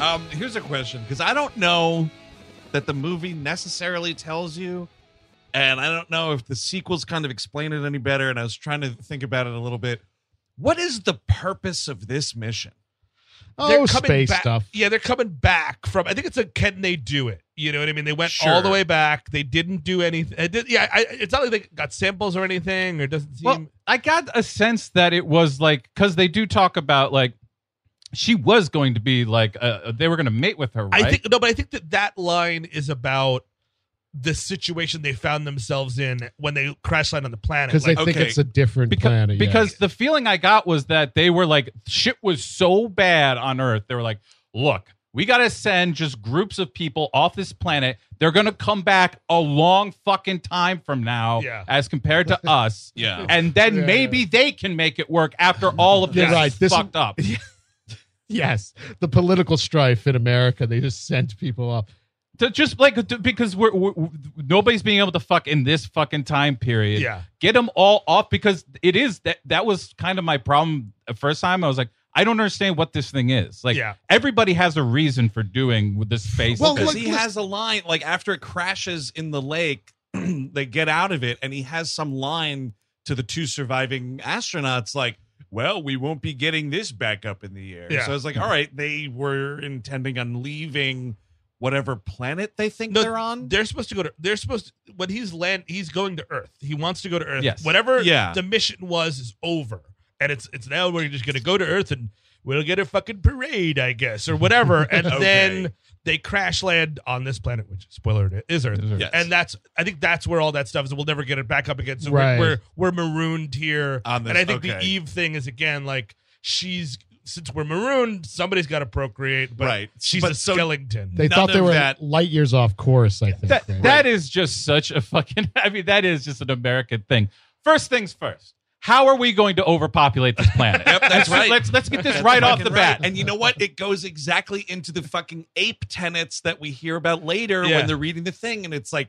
Um, here's a question because I don't know that the movie necessarily tells you, and I don't know if the sequels kind of explain it any better. And I was trying to think about it a little bit. What is the purpose of this mission? Oh, They're coming space back- stuff. Yeah, they're coming back from. I think it's a can they do it? You know what I mean? They went Sure. all the way back. They didn't do anything. It did, yeah, I, it's not like they got samples or anything. Or doesn't seem. Well, I got a sense that it was like because they do talk about like she was going to be like uh, they were going to mate with her. Right? I think no, but I think that that line is about the situation they found themselves in when they crash land on the planet. Because Like, they Okay. think it's a different because, planet, yeah. Because the feeling I got was that they were like shit was so bad on Earth. They were like, look. We gotta send just groups of people off this planet. They're gonna come back a long fucking time from now, Yeah. as compared to us. Yeah. and then Yeah. maybe they can make it work after all of this You're right. is This- fucked up. Yes, the political strife in America. They just sent people off. to just like to, because we're, we're we're- nobody's being able to fuck in this fucking time period. Yeah. get them all off because it is that that was kind of my problem the first time. I was like, I don't understand what this thing is. Like, Yeah. everybody has a reason for doing with this space. Well, thing. because he has a line like after it crashes in the lake, they get out of it, and he has some line to the two surviving astronauts like, "Well, we won't be getting this back up in the air." Yeah. So I was like, "All right, they were intending on leaving whatever planet they think No, they're on." They're supposed to go to. They're supposed to, when he's land. He's going to Earth. He wants to go to Earth. Yes. Whatever. Yeah. The mission was is over, and it's it's now we're just gonna go to Earth and we'll get a fucking parade, I guess, or whatever. And Okay. then they crash land on this planet, which spoiler it is Earth. Is Earth. Yes. And that's I think that's where all that stuff is. We'll never get it back up again. So Right. we're, we're we're marooned here. On this- and I think the okay. Eve thing is again like she's. Since we're marooned, somebody's got to procreate, but Right. she's But a so- skeleton. They None thought they of were that- light years off course. I think that, right? that is just such a fucking i mean that is just an american thing first things first how are we going to overpopulate this planet Yep, that's Let's- right. let's, let's get this right off the Fucking bat right. And you know what? It goes exactly into the fucking ape tenets that we hear about later Yeah. when they're reading the thing. And it's like,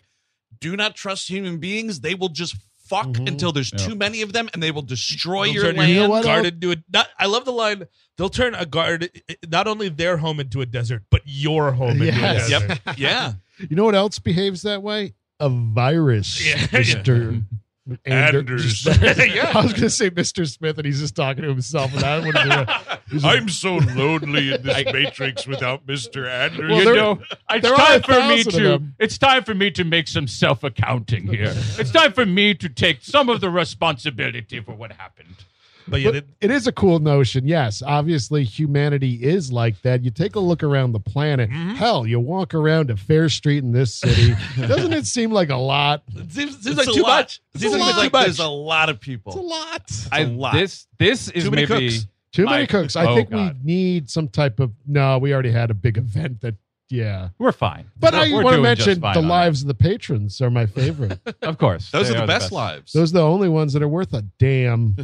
do not trust human beings. They will just fuck Mhm. until there's Mm-hmm. Yeah. too many of them and they will destroy They'll your turn land. You know what? garden to a not, I love the line. They'll turn a garden, not only their home into a desert, but your home into a Yes. desert. Yep. Yeah. You know what else behaves that way? A virus, Yeah. Mister Anders. Anders. Yeah. I was going to say Mister Smith, and he's just talking to himself, and I wouldn't. Do that. I'm so lonely in this matrix without Mr. Anders. Well, you there- know, it's there are time a for me thousand of to. them. It's time for me to make some self accounting here. it's time for me to take some of the responsibility for what happened. But yeah, But they- it is a cool notion. Yes, obviously humanity is like that. You take a look around the planet. Mm-hmm. Hell, you walk around to Fair Street in this city. Doesn't it seem like a lot? it seems, seems It's like a too lot. much. It seems seems like, like too much. there's a lot of people. It's a lot. I- lot. This this is Too many maybe cooks. Too many My- cooks. I oh, think God. we need some type of. No, we already had a big event that. Yeah, we're fine. but I We're want to doing just mention fine the on lives of the patrons are my favorite. it. Of course, Those they are the best, lives. Those are the only ones that are worth a damn.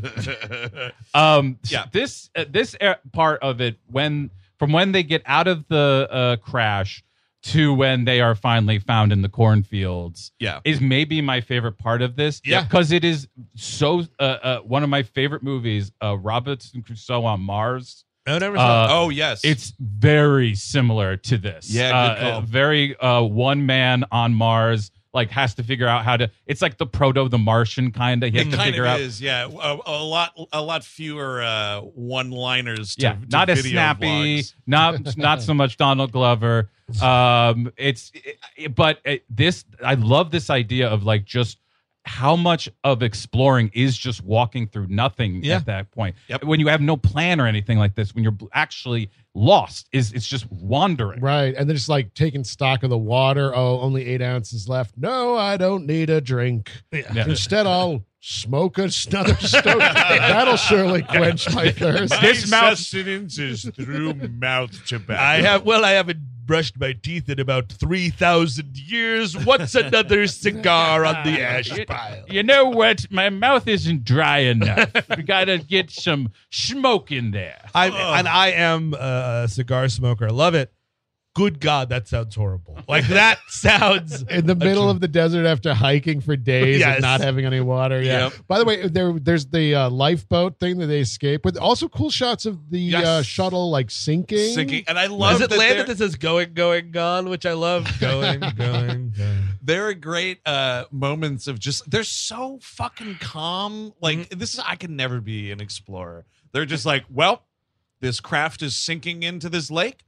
Um, Yeah. This uh, this er- part of it when from when they get out of the uh, crash to when they are finally found in the cornfields yeah. is maybe my favorite part of this. Yeah. because it is so uh, uh, one of my favorite movies. Uh, Robinson Crusoe on Mars. I never saw Uh, oh, yes. It's very similar to this. Yeah, uh, good call. uh, very uh, one man on Mars. Like has to figure out how to. It's like the proto the Martian kind of. He has it to kind figure of out. is, yeah. A, a lot, a lot fewer uh, one-liners. To, yeah, to not as video snappy, vlogs. not not so much Donald Glover. Um, it's it- but it, this I love this idea of like just how much of exploring is just walking through nothing Yeah. at that point. Yep. When you have no plan or anything like this, when you're bl- actually lost, is it's just wandering. Right. And they're just like taking stock of the water. Oh, only eight ounces left. No, I don't need a drink. Yeah. Yeah. Instead, I'll smoke another stoke. That'll surely quench my thirst. This My mouth- sustenance is through mouth it. tobacco. I have. Well, I haven't brushed my teeth in about three thousand years. What's another cigar on the ash pile? You know what? My mouth isn't dry enough. we gotta get some smoke in there. I and I am a cigar smoker. I love it. good God, that sounds horrible. Like that sounds in the middle of the desert after hiking for days Yes. and not having any water. Yeah. Yep. By the way, there there's the uh, lifeboat thing that they escape with. Also, cool shots of the Yes. uh, shuttle like sinking. Sinking. And I love Does it that land they're- that says going, going, gone, which I love. Going, going, gone. there are great uh moments of just they're so fucking calm like Mm-hmm. this is i can never be an explorer they're just like well this craft is sinking into this lake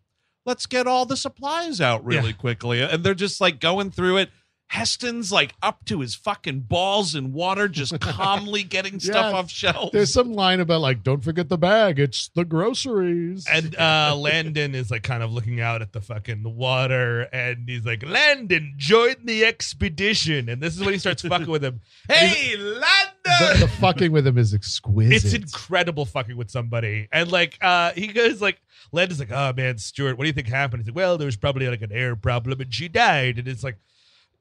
let's get all the supplies out really quickly and they're just like going through it heston's like up to his fucking balls in water just calmly getting stuff Yes. off shelves There's some line about like, don't forget the bag. It's the groceries. And uh, Landon is like kind of looking out at the fucking water, and he's like, "Landon, join the expedition." And this is when he starts fucking with him. Hey, the, Landon! the fucking with him is exquisite. It's incredible fucking with somebody. And like, uh, he goes like, Landon's like, "Oh man, Stuart, what do you think happened?" He's like, "Well, there was probably like an air problem, and she died." And it's like.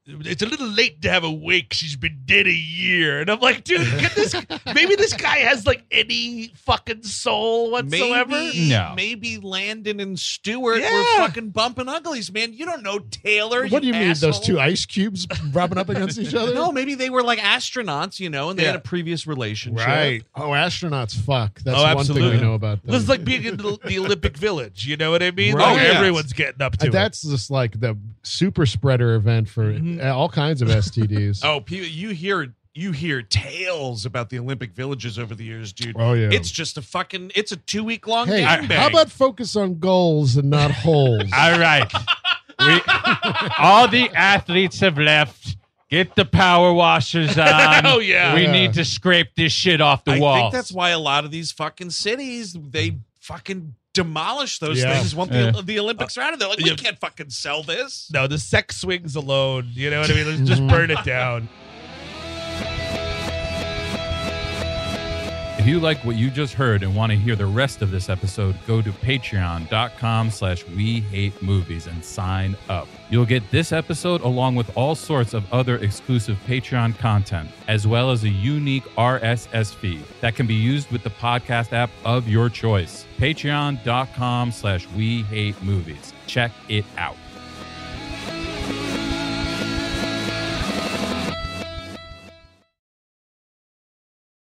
It's a little late to have a wake. She's been dead a year, and I'm like, dude, get this. Maybe this guy has like any fucking soul whatsoever. Maybe, No. maybe Landon and Stewart were Yeah. fucking bumping uglies, man. You don't know Taylor. What do you mean? Those asshole. two ice cubes rubbing up against each other? No, maybe they were like astronauts, you know, and they Yeah. had a previous relationship. Oh, astronauts fuck. That's Oh, one thing absolutely. we know about them. This is like being in the, the Olympic Village. You know what I mean? Right. Like, Oh, yeah. Everyone's getting up to Uh, it. that's just like the super spreader event for Mhm. uh, all kinds of STDs. Oh, pe- you hear you hear tales about the Olympic villages over the years, dude. Oh, yeah. It's just a fucking it's a two week long hey, gangbang. how about focus on goals and not holes? All right. We, all the athletes have left. Get the power washers on. Oh, yeah. We Yeah. need to scrape this shit off the I wall. think that's why a lot of these fucking cities they fucking demolish those Yeah. Uh, things once Yeah. the, the Olympics are out of there. Like we Yeah. can't fucking sell this. no, the sex swings alone. You know what I mean? Let's just burn it down. If you like what you just heard and want to hear the rest of this episode, go to patreon.com slash we hate movies and sign up. You'll get this episode along with all sorts of other exclusive Patreon content, as well as a unique RSS feed that can be used with the podcast app of your choice. Patreon.com slash we hate movies. Check it out.